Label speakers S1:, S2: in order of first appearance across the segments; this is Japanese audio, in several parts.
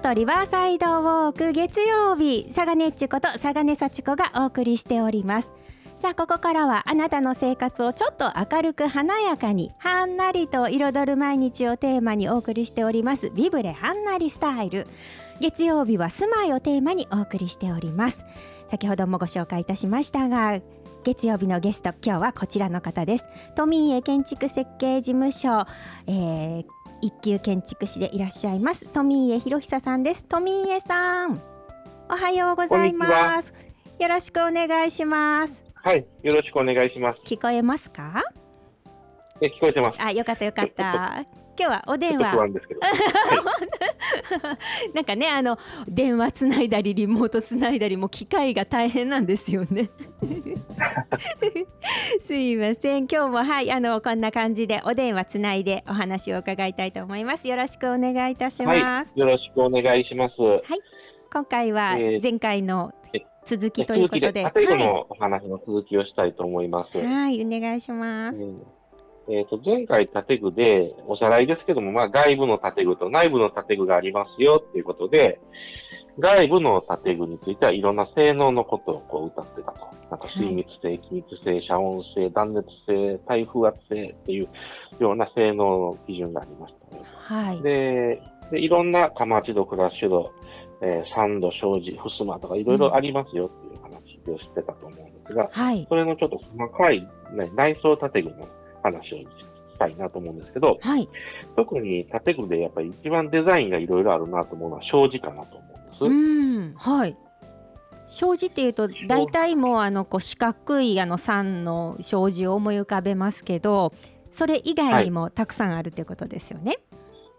S1: 都リバーサイドウォーク月曜日佐賀ねっちこと佐賀ねさちこがお送りしておりますさあここからはあなたの生活をちょっと明るく華やかにはんなりと彩る毎日をテーマにお送りしておりますビブレはんなりスタイル月曜日は住まいをテーマにお送りしております先ほどもご紹介いたしましたが月曜日のゲスト今日はこちらの方です都民営建築設計事務所、えー一級建築士でいらっしゃいます富家博久さんです富家さんおはようございますよろしくお願いします
S2: はい、よろしくお願いします。
S1: 聞こえますか
S2: え、聞こえてます。
S1: あ、よかったよかった今日はお
S2: ちょ
S1: 電
S2: っと不
S1: 話
S2: 安ですけど。
S1: なんかねあの電話つないだりリモートつないだりも機械が大変なんですよね すいません今日もはいあのこんな感じでお電話つないでお話を伺いたいと思いますよろしくお願いいたします、
S2: はい、よろしくお願いします。
S1: 今回は
S2: えー
S1: 前回の続きという
S2: 続
S1: こ
S2: き
S1: と
S2: で、
S1: で、
S2: 最後
S1: は
S2: のお話の続きをしたいと思います。
S1: い、はい、お願いします。
S2: うんえっ、と、前回建具で、おさらいですけども、まあ、外部の建具と内部の建具がありますよっていうことで、外部の建具についてはいろんな性能のことをこう歌ってたと。なんか水密性、気密性、遮音性、断熱性、耐風圧性っていうような性能の基準がありましたね。
S1: はい、
S2: で、でいろんなカマチド、クラッシュド、えー、サンド、障子、ふすまとかいろいろありますよっていう話をしてたと思うんですが、
S1: はい、
S2: それのちょっと細かい、ね、内装建具の話をしたいなと思うんですけど、
S1: はい、
S2: 特に建具でやっぱり一番デザインがいろいろあるなと思うのは障子かなと思うんです。
S1: うん、はい。障子っていうと、大体もうあのこう四角いあの三の障子を思い浮かべますけど。それ以外にもたくさんあるということですよね。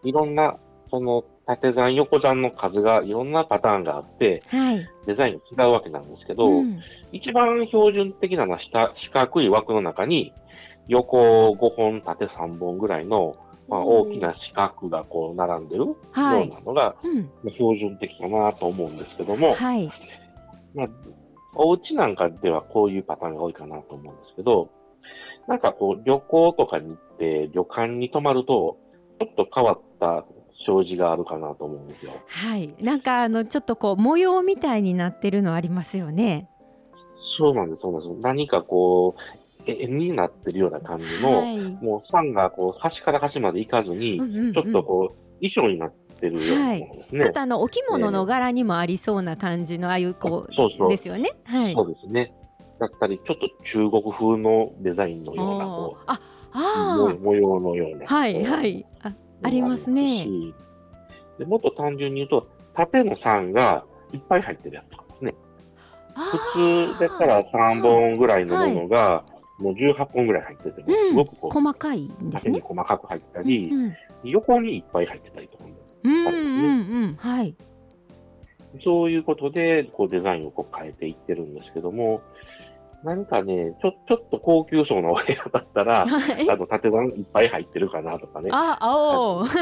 S2: いろんな、その縦算、横算の数がいろんなパターンがあって、
S1: はい、
S2: デザインが違うわけなんですけど、
S1: ん、
S2: 一番標準的なのは下四角い枠の中に、横5本、縦3本ぐらいの、まあ、
S1: おー
S2: 大きな四角がこう並んでるよう
S1: はい
S2: なのが
S1: うん、
S2: まあ標準的かなと思うんですけども、
S1: はい、
S2: まあ、お家なんかではこういうパターンが多いかなと思うんですけど、なんかこう旅行とかに行って旅館に泊まると、ちょっと変わった障子があるかなと思うんですよ。
S1: はい、なんかあのちょっとこう模様みたいになってるのありますよね。
S2: そうなんです、そうなんです。何かこう、絵になってるような感じの、
S1: はい、うん
S2: もうンがこう端から端まで行かずに、
S1: うんうん
S2: ちょっとこう、衣装になってるようなものですね。
S1: ちょっとあのお着物の柄にもありそうな感じのああいうこ
S2: そうそう
S1: うですよね。はい。
S2: そうですね。だったり、ちょっと中国風のデザインのようなこ
S1: あ
S2: う、
S1: あ
S2: 模模様のような。
S1: あはい
S2: こう
S1: はいあありますね。
S2: でもっと単純に言うと、縦の3がいっぱい入ってるやつとかですね。普通だった
S1: あ
S2: ら3本ぐらいのものが、もう18本ぐらい入ってて、
S1: うん
S2: すごく
S1: ー
S2: こう、
S1: 細かいんです
S2: 縦に
S1: ね。
S2: 細かく入った
S1: うん
S2: り、横にいっぱい入ってたりとか。
S1: うんうんうんはい
S2: そういうことで、こうデザインをこう変えていってるんですけども、何かね、ちょ、ちょっと高級層のお部屋だっ たら、
S1: はい
S2: あの、縦板いっぱい入ってるかなとかね、
S1: あ青
S2: そ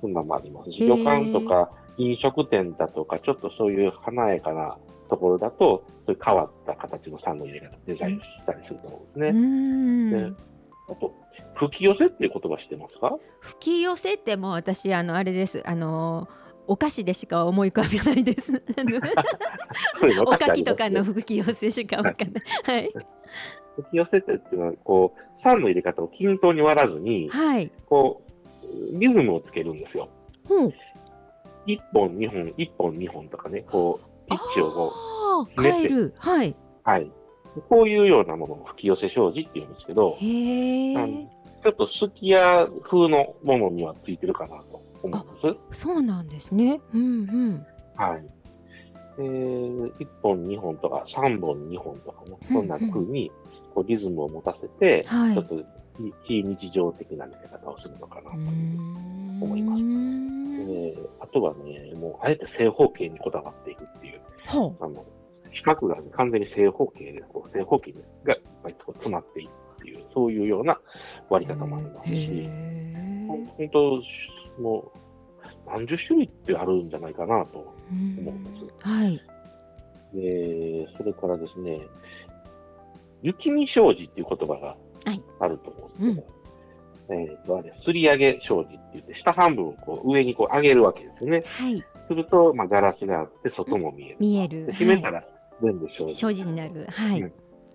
S2: そんなんもありますし、
S1: へー
S2: 旅館とか飲食店だとか、ちょっとそういう華やかなところだと、そういう変わった形のサンド入れ方、デザインしたりすると思うん
S1: う
S2: ですね。
S1: ん
S2: あと、吹き寄せっていう言葉知ってますか
S1: 吹き寄せってもう私あのあれですあのーお菓子でしか思い浮かべないです。 あの
S2: そういう の
S1: お
S2: 確
S1: か
S2: に
S1: きとかの
S2: 吹
S1: 吹き寄せしかわかんない。はい
S2: き寄せってっていうのは、こう、サンの入れ方を均等に割らずに、
S1: はい。
S2: こう、リズムをつけるんですよ。
S1: ほう
S2: 1本、2本、1本、2本とかね、こう、ピッチをこ
S1: あー
S2: ひねって
S1: 変えるはい。
S2: う、はい。こういうようなものを吹き寄せ障子っていうんですけど、
S1: へ
S2: あ
S1: え
S2: のちょっとすき家風のものにはついてるかなと思うんです。
S1: そうなんですね。うんうん。
S2: はい。えー、1本、2本とか、3本、2本とかね、そんな風に、こう、リズムを持たせて、
S1: はい
S2: ちょっと非、非日常的な見せ方をするのかなという。
S1: 思
S2: いますえ
S1: す。
S2: ーあとはね、もう、あえて正方形にこだわっていくっていう。
S1: ほう
S2: あの、四角が完全に正方形で、こう正方形がいっぱいこう詰まっているっていう、そういうような割り方もありますし、
S1: へ
S2: ほん
S1: ー
S2: 本当、もう、何十種類ってあるんじゃないかなと。
S1: うんはい。
S2: で、それからですね、雪見障子っていう言葉が
S1: はい
S2: あると思うんですけど、えーはあれ、すり上げ障子って言って、下半分をこう上にこう上げるわけですよね。
S1: はい。
S2: すると、まあ、ガラスがあって、外も見える。
S1: 見える
S2: で。閉めたら全部障子
S1: 障子になる。は
S2: う
S1: い
S2: ん。っ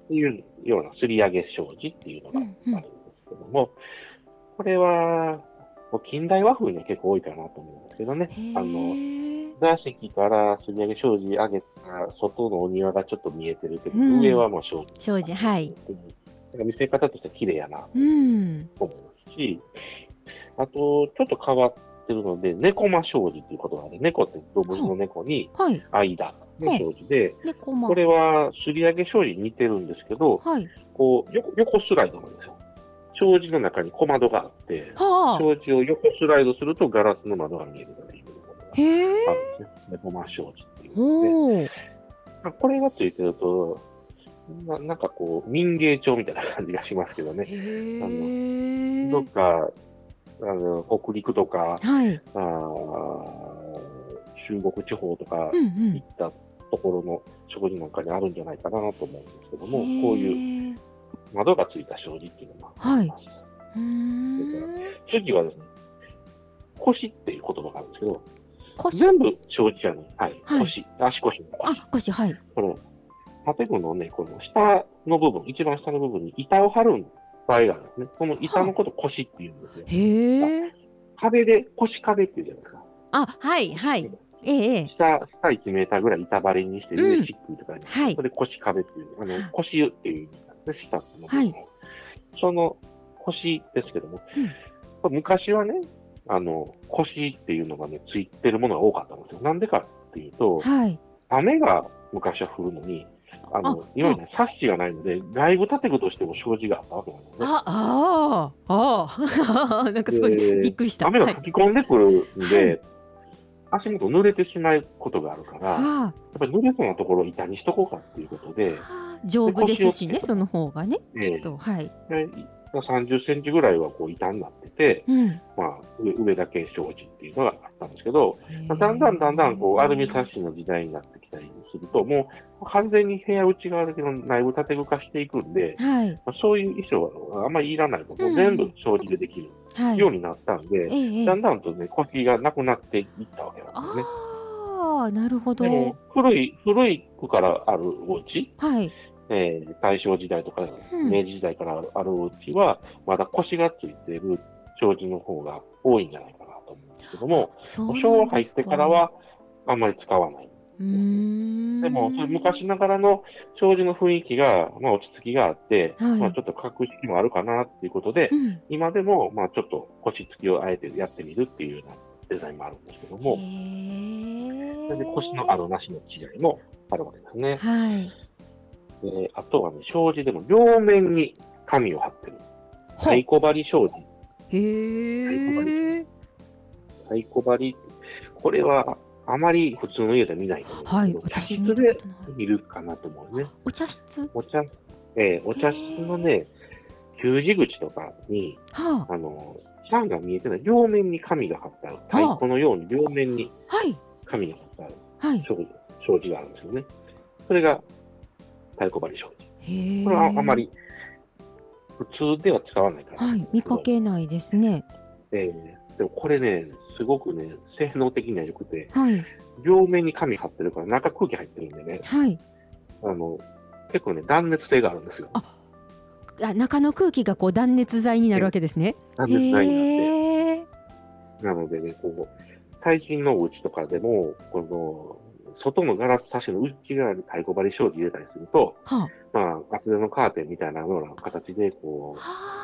S2: ていうようなすり上げ障子っていうの
S1: う
S2: があるん
S1: んうん
S2: ですけども、これは、もう近代和風には結構多いかなと思うんですけどね。あの、
S1: へえ。
S2: 座席からすり上げ障子上げた外のお庭がちょっと見えてるけど、
S1: うん
S2: 上はもう障子。
S1: 障子はい。
S2: うんだから見せ方としては綺麗やな
S1: うん。
S2: と思いますし、あと、ちょっと変わってるので、猫間障子っていうことがある。猫って動物の猫に
S1: はい。
S2: 間の障子で、
S1: 猫も。
S2: これはすり上げ障子に似てるんですけど、
S1: はい。
S2: こう横横スライドなんですよ。障子の中に小窓があって、
S1: はあ。
S2: 障子を横スライドするとガラスの窓が見えるからいうことが
S1: へえ。
S2: あるんですね。猫間障子っていうので、
S1: おお。
S2: まあこれがついてると、ななんかこう民芸調みたいな感じがしますけどね。
S1: へえ。
S2: どっかあの北陸とか
S1: はい。
S2: あー中国地方とか
S1: うん
S2: 行ったところの食事なんかにあるんじゃないかなと思うんですけど
S1: うん。
S2: も、こういう
S1: いう。
S2: 窓がついた障子っていうのもあります。
S1: うーん。
S2: 次はですね、腰っていう言葉があるんですけど、
S1: 腰。
S2: 全部障子じゃない。はい。
S1: はい
S2: 腰。足腰の腰。
S1: あ、腰はい。
S2: この、建具のね、この下の部分、一番下の部分に板を張る場合があるんですね。この板のこと腰って言うんですよ。
S1: へえ。
S2: 壁で、腰壁って言うじゃないですか。
S1: あ、はいはい。ええええ。
S2: 下、下1メーターぐらい板張りにして、
S1: う
S2: 上
S1: ん
S2: シックとかに。
S1: はい
S2: それ腰壁っていう、あ
S1: は
S2: の、腰っていう意味なんですね、下っていうのは
S1: はい
S2: その腰ですけども、
S1: うん
S2: これ昔はね、あの、腰っていうのがね、ついてるものが多かったんですよ。なんでかっていうと、
S1: はい。
S2: 雨が昔は降るのに、あの、
S1: あ
S2: 今みたいにサッシがないので、外部建具としても障子があったわけなんですね。
S1: あ、ああ、あ あ、なんかすごい
S2: で
S1: びっくりした。
S2: 雨
S1: は
S2: が
S1: い。
S2: 吹き込んでくるんで、
S1: は
S2: 足元濡れてしまうことがあるから、やっ
S1: あ
S2: ぱり濡れそうなところを板にしとこうかっていうことで、
S1: あ、丈夫ですしね、
S2: 腰を
S1: その方がね。
S2: ええ
S1: と、はい。
S2: で30センチぐらいはこう板になってて、
S1: うん。
S2: まあ、上上だけ障子っていうのがあったんですけど、まあだんだんだんだんこうアルミサッシの時代になってきたりすると、もう完全に部屋内側だけの内部建具化していくんで、
S1: はい。
S2: まあ、そういう衣装はあんまりいらないと、も
S1: うん
S2: う全部障子でできる
S1: はい。
S2: ようになったんで、
S1: ええええ
S2: だんだんとね、腰がなくなっていったわけなんですね。
S1: ああ、なるほど
S2: で。も古い、古い区からあるお家、
S1: はい。
S2: えー大正時代とか
S1: うん
S2: 明治時代からあるあるお家は、まだ腰がついてる障子の方が多いんじゃないかなと思うんですけども、
S1: そうなんですか
S2: 昭和入ってから、はあんまり使わない。
S1: うーん
S2: でも、そういう昔ながらの障子の雰囲気が、まあ、落ち着きがあって、
S1: はい
S2: まあ、ちょっと格式もあるかなっていうことで
S1: う、ん、
S2: 今でも、まあ、ちょっと腰付きをあえてやってみるっていうようなデザインもあるんですけども、
S1: へ
S2: それ
S1: え
S2: で腰のあるなしの違いもあるわけですね。
S1: はい。
S2: であとはね、障子でも両面に紙を貼ってる。太
S1: はい。
S2: 鼓張り障子。
S1: へえ。
S2: 太鼓張り。これは、あまり普通の家では見ないと思
S1: は
S2: うん
S1: い。
S2: です
S1: 私
S2: け
S1: 見
S2: ど、
S1: た
S2: 茶
S1: こ
S2: 室で
S1: とない。
S2: 見るかなと思うね。
S1: お茶室。
S2: お茶、えーお茶室のね、給仕口とかに、
S1: は
S2: あの、シャンが見えてない、両面に紙が貼ってある。太鼓のように両面に
S1: あ。はい。
S2: 紙が貼ってある。
S1: はい。
S2: 障子障子があるんですよね。それが太鼓張り障子。
S1: へえ。
S2: これはあま。り普通では使わないから。
S1: はい。見か。けないですね。
S2: えーでもこれね、すごくね、性能的には良くて、
S1: はい。
S2: 両面に紙貼ってるから中空気入ってるんでね、
S1: はい。
S2: あの、結構ね、断熱性があるんですよ。
S1: あ。あ、中の空気がこう断熱材になるわけですね。
S2: 断熱材になって。
S1: へえ。
S2: なのでね、こう、最近のお家とかでも、この、外のガラス差しの内側に太鼓張り障子入れたりすると、
S1: は
S2: まあ、厚手のカーテンみたいなような形で、こ
S1: あ。
S2: う、
S1: はあ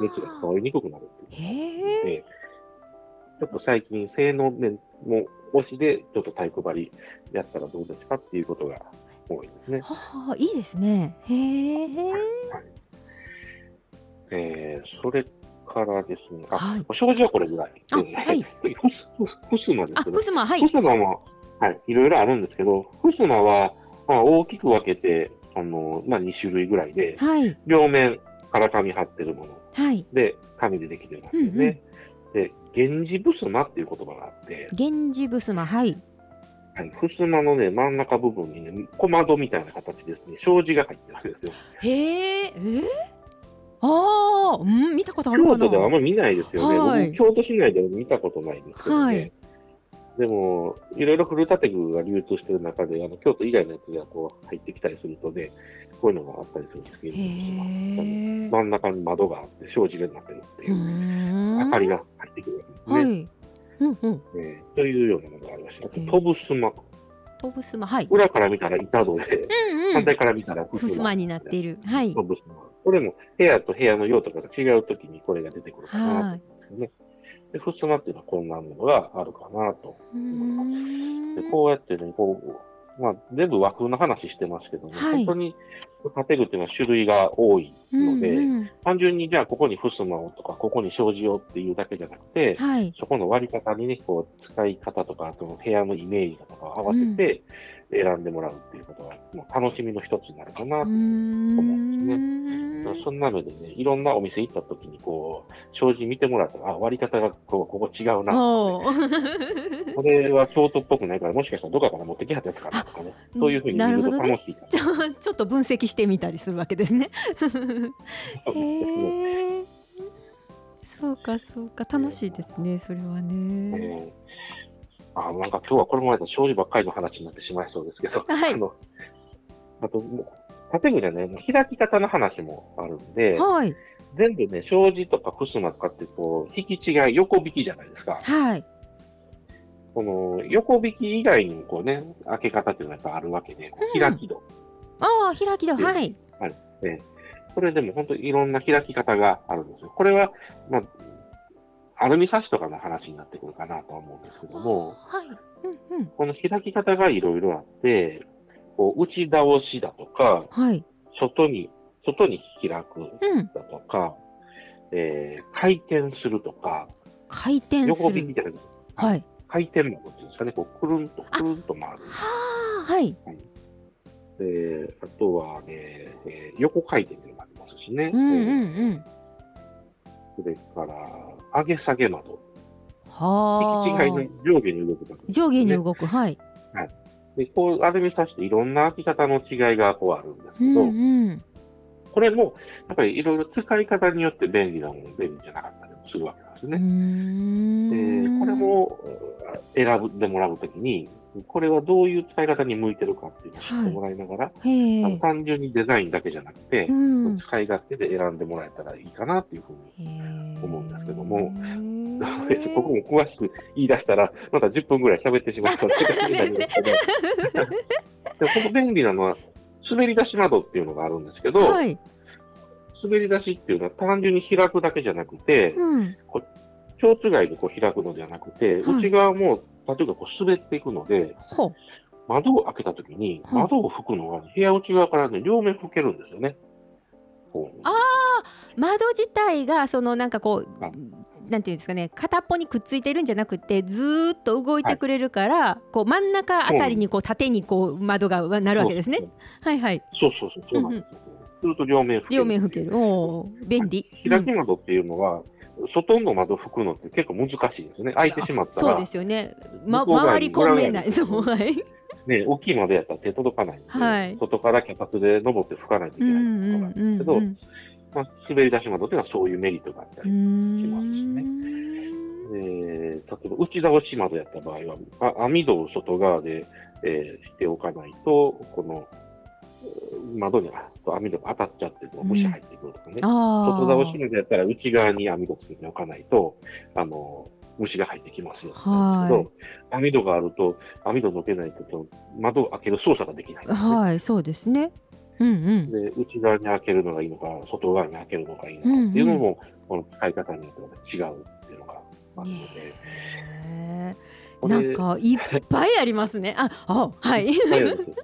S2: 熱が伝わりにくくなるっていう。
S1: へえ。
S2: でちょっと最近、性能面も推しで、ちょっと太鼓張りやったらどうですかっていうことが多いですね。
S1: はあ、いいですね。へえ。
S2: えー、それからですね、あ、
S1: はい
S2: 障子はこれぐらい。
S1: あ
S2: えー
S1: はい
S2: 次、ふす、ふすふすまで
S1: あ、
S2: すけど
S1: ふ、すま、はい
S2: ふ。すまも、はい、いろいろあるんですけど、ふすまは、まあ、大きく分けて、あの、まあ、2種類ぐらいで、
S1: はい。
S2: 両面、から紙貼ってるもの
S1: はい。
S2: で、紙でできてるんですよね。で、源氏ふすまっていう言葉があって、
S1: 源氏ふすま、はい。
S2: はい、ふすまのね、真ん中部分にね、小窓みたいな形ですね、障子が入ってるんですよ。
S1: へえ。えー、あは、うん、見たことある
S2: 京
S1: かな
S2: 都ではあんまり見ないですよね。
S1: はい
S2: 僕、京都市内では見たことないですけどね。
S1: はい
S2: でも、いろいろ古建具が流通してる中で、あの京都以外のやつがこう入ってきたりするとね、こういうのがあったりするんですけど、
S1: へえ。
S2: 真ん中に窓があって、障子がなってるっていうう、
S1: ん
S2: 明かりが入ってくるわ
S1: は
S2: けですね。
S1: い。うんうん。
S2: えーというようなものがありました。あと
S1: へー
S2: 飛ぶすま、
S1: 飛ぶすま、はい。
S2: 裏から見たら板戸 で、
S1: うんう
S2: 反
S1: ん。
S2: 対から見たら
S1: ふすまになってい
S2: る。
S1: る。はい
S2: 飛。ぶすま。これも部屋と部屋の用途から違うときにこれが出てくるかなと
S1: はい。
S2: で、ふすまっていうのはこんなものがあるかなと。
S1: うーん
S2: で、こうやってね、こう、まあ、全部和風の話してますけども、
S1: はい
S2: 本当に建具っていうのは種類が多いので、
S1: うんうん
S2: 単純にじゃあここにふすまをとか、ここに障子をっていうだけじゃなくて、
S1: はい。
S2: そこの割り方にね、こう、使い方とか、あと部屋のイメージだとかを合わせて選んでもらうっていうことが、まあ楽しみの一つになるかな
S1: う
S2: と
S1: ーん。
S2: そんなのでね、いろんなお店行った時にこう、障子見てもらったら、あ、割り方がこうここ違うなと
S1: お
S2: かね、
S1: お。
S2: これは京都っぽくないから、もしかしたらどこかから持ってきはったやつかなとかね、そういうふうに
S1: な
S2: 見
S1: る
S2: る
S1: ほ
S2: と
S1: ど
S2: 楽
S1: ね
S2: しいか な。
S1: ちょちょっと分析してみたりするわけですね。
S2: そうですね
S1: へえ。そうかそうか楽しいですねそれはね。
S2: えーあなんか今日はこれまで障子ばっかりの話になってしまいそうですけど、
S1: はい
S2: あのあともう、建具じゃない、もう開き方の話もあるんで、
S1: はい
S2: 全部ね、障子とか襖とかってこう、引き違い、横引きじゃないですか。
S1: はい。
S2: この横引き以外にもこうね、開け方っていうのがやっぱあるわけで、こう
S1: うん
S2: 開き戸。
S1: ああ開き戸
S2: で
S1: はい。
S2: これでも本当にいろんな開き方があるんですよ。これは、まあ、アルミサッシとかの話になってくるかなとは思うんですけども、
S1: はい。うんうん
S2: この開き方がいろいろあって、こう内倒しだとか、
S1: はい
S2: 外に、外に開く
S1: うん
S2: だとか、えー回転するとか、
S1: 回転
S2: 横
S1: する。
S2: 引きじゃなくて、
S1: はい。
S2: 回転幕っていうんですかね、こうくるんとくるんと回る。
S1: はあはい。
S2: で、あとはね、えー横回転っていうのもありますしね。
S1: うんう
S2: えー
S1: んうん。
S2: それから、上げ下げ窓。
S1: は
S2: 引き違いの
S1: あ。
S2: 上下に動く窓、
S1: 上下に動くはい。
S2: で、こう、アルミサッシっていろんな開き方の違いがこうあるんです
S1: う
S2: け
S1: ん
S2: ど、
S1: うん。
S2: これも、やっぱりいろいろ使い方によって便利なもの、便利じゃなかったりもするわけなんです
S1: うー
S2: ね。
S1: ん
S2: で、これもあ選んでもらうときに、これはどういう使い方に向いてるかっていうのを知ってもらいながら、
S1: へ
S2: あの
S1: え。
S2: 単純にデザインだけじゃなくて
S1: う、ん。
S2: 使い勝手で選んでもらえたらいいかなっていうふうに
S1: 思
S2: 思うんですけども ここ
S1: こ
S2: も詳しく言い出したら、また10分ぐらい喋ってしまったって感じになりますけど、でこの便利なのは、滑り出し窓っていうのがあるんですけど、
S1: はい、
S2: 滑り出しっていうのは単純に開くだけじゃなくて、
S1: うん、
S2: 蝶つがいでこう開くのではなくて、
S1: はい
S2: 内側も、例えばこう滑っていくので、
S1: ほう
S2: 窓を開けたときに、
S1: はい
S2: 窓を拭くのは部屋内側からね、両面拭けるんですよね。こう
S1: あ窓自体がそのなんかこ
S2: はいう
S1: なんていうんですかね片っぽにくっついてるんじゃなくてずーっと動いてくれるから、こう真ん中あたりにこう縦にこう窓がわなるわけですね。はいはい
S2: そうそうそう、そうなんですよ。すると両面拭ける。
S1: 両面吹ける。おー便利。
S2: 開き窓っていうのは、外の窓拭くのって結構難しいですよね。開いてしまった
S1: そう
S2: ら、
S1: で
S2: ね、
S1: すよね。ま
S2: 向こう側
S1: 回
S2: に
S1: り込めない。
S2: 裏
S1: そ
S2: 側
S1: う
S2: に
S1: はい。
S2: 大きい窓やったら手届かないんで、
S1: はい
S2: 外から脚立で登って拭かないといけ
S1: う
S2: ない
S1: ん
S2: ところなん
S1: うんうん
S2: ですけ
S1: う
S2: ど、
S1: ん。
S2: まあ、滑り出し窓っていうのはそういうメリットがあった
S1: うー
S2: り、
S1: ん
S2: えー例えば内倒し窓やった場合は、あ網戸を外側で、えーしておかないと、このうん窓にあ網戸が当たっちゃって、虫入ってくるとかね。
S1: あ
S2: 外倒し窓やったら内側に網戸つけておかないと、あの、虫が入ってきますよ。
S1: はい
S2: けど、網戸があると、網戸のけないと、その窓を開ける操作ができないん
S1: あ。
S2: ですね、
S1: はいそうですね。うんうん。
S2: で、内側に開けるのがいいのか、外側に開けるのがいいのかっていうのも、この使い方によって違うっていうのがあるので、
S1: ねえ
S2: これ
S1: なんかいっぱいありますね。あ、あ、はい。
S2: そうなんですよ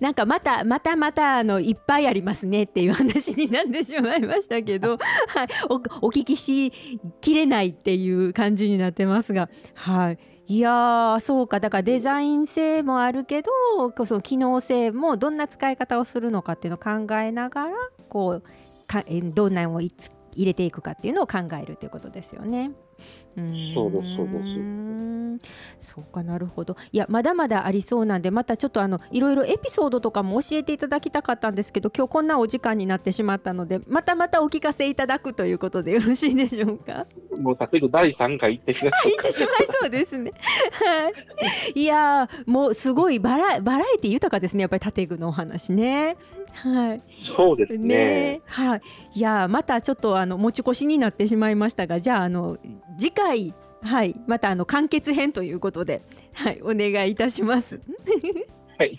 S1: なんかまたまたまたあのいっぱいありますねっていう話になってしまいました けど、はい、おお聞きしきれないっていう感じになってますが、はい。いやーそうかだからデザイン性もあるけどこうその機能性もどんな使い方をするのかっていうのを考えながらこうかえどんなのをいつ入れていくかっていうのを考えるということですよね。
S2: そうですそうです
S1: ーんんそうかなるほどいやまだまだありそうなんでまたちょっとあのいろいろエピソードとかも教えていただきたかったんですけど今日こんなお時間になってしまったのでまたまたお聞かせいただくということでよろしいでしょうか。
S2: もう建て具第3回行ってきま
S1: 入ってしまいそうですね。はい。いやーもうすごいバラバラエティ豊かですね。やっぱり建具のお話ね。はい。
S2: す。そうです
S1: ね
S2: ね。
S1: はい。いやーまたちょっとあの持ち越しになってしまいましたが、じゃああの次回はいまたあの完結編ということではいお願いいたします。
S2: はい。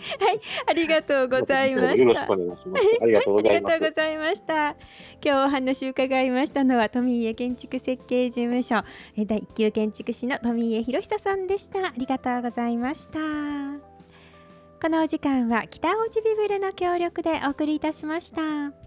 S1: ありがとうございま
S2: よ
S1: し
S2: ろ
S1: た
S2: しく。お願いします。ありがとうござ
S1: あ
S2: い
S1: り
S2: ま
S1: がとう
S2: す
S1: ご。ざいました。今日お話伺いましたのは富家建築設計事務所えー第一級建築士の富家博久さんでした。ありがとうございました。このお時間は北大路ビブルの協力でお送りいたしました。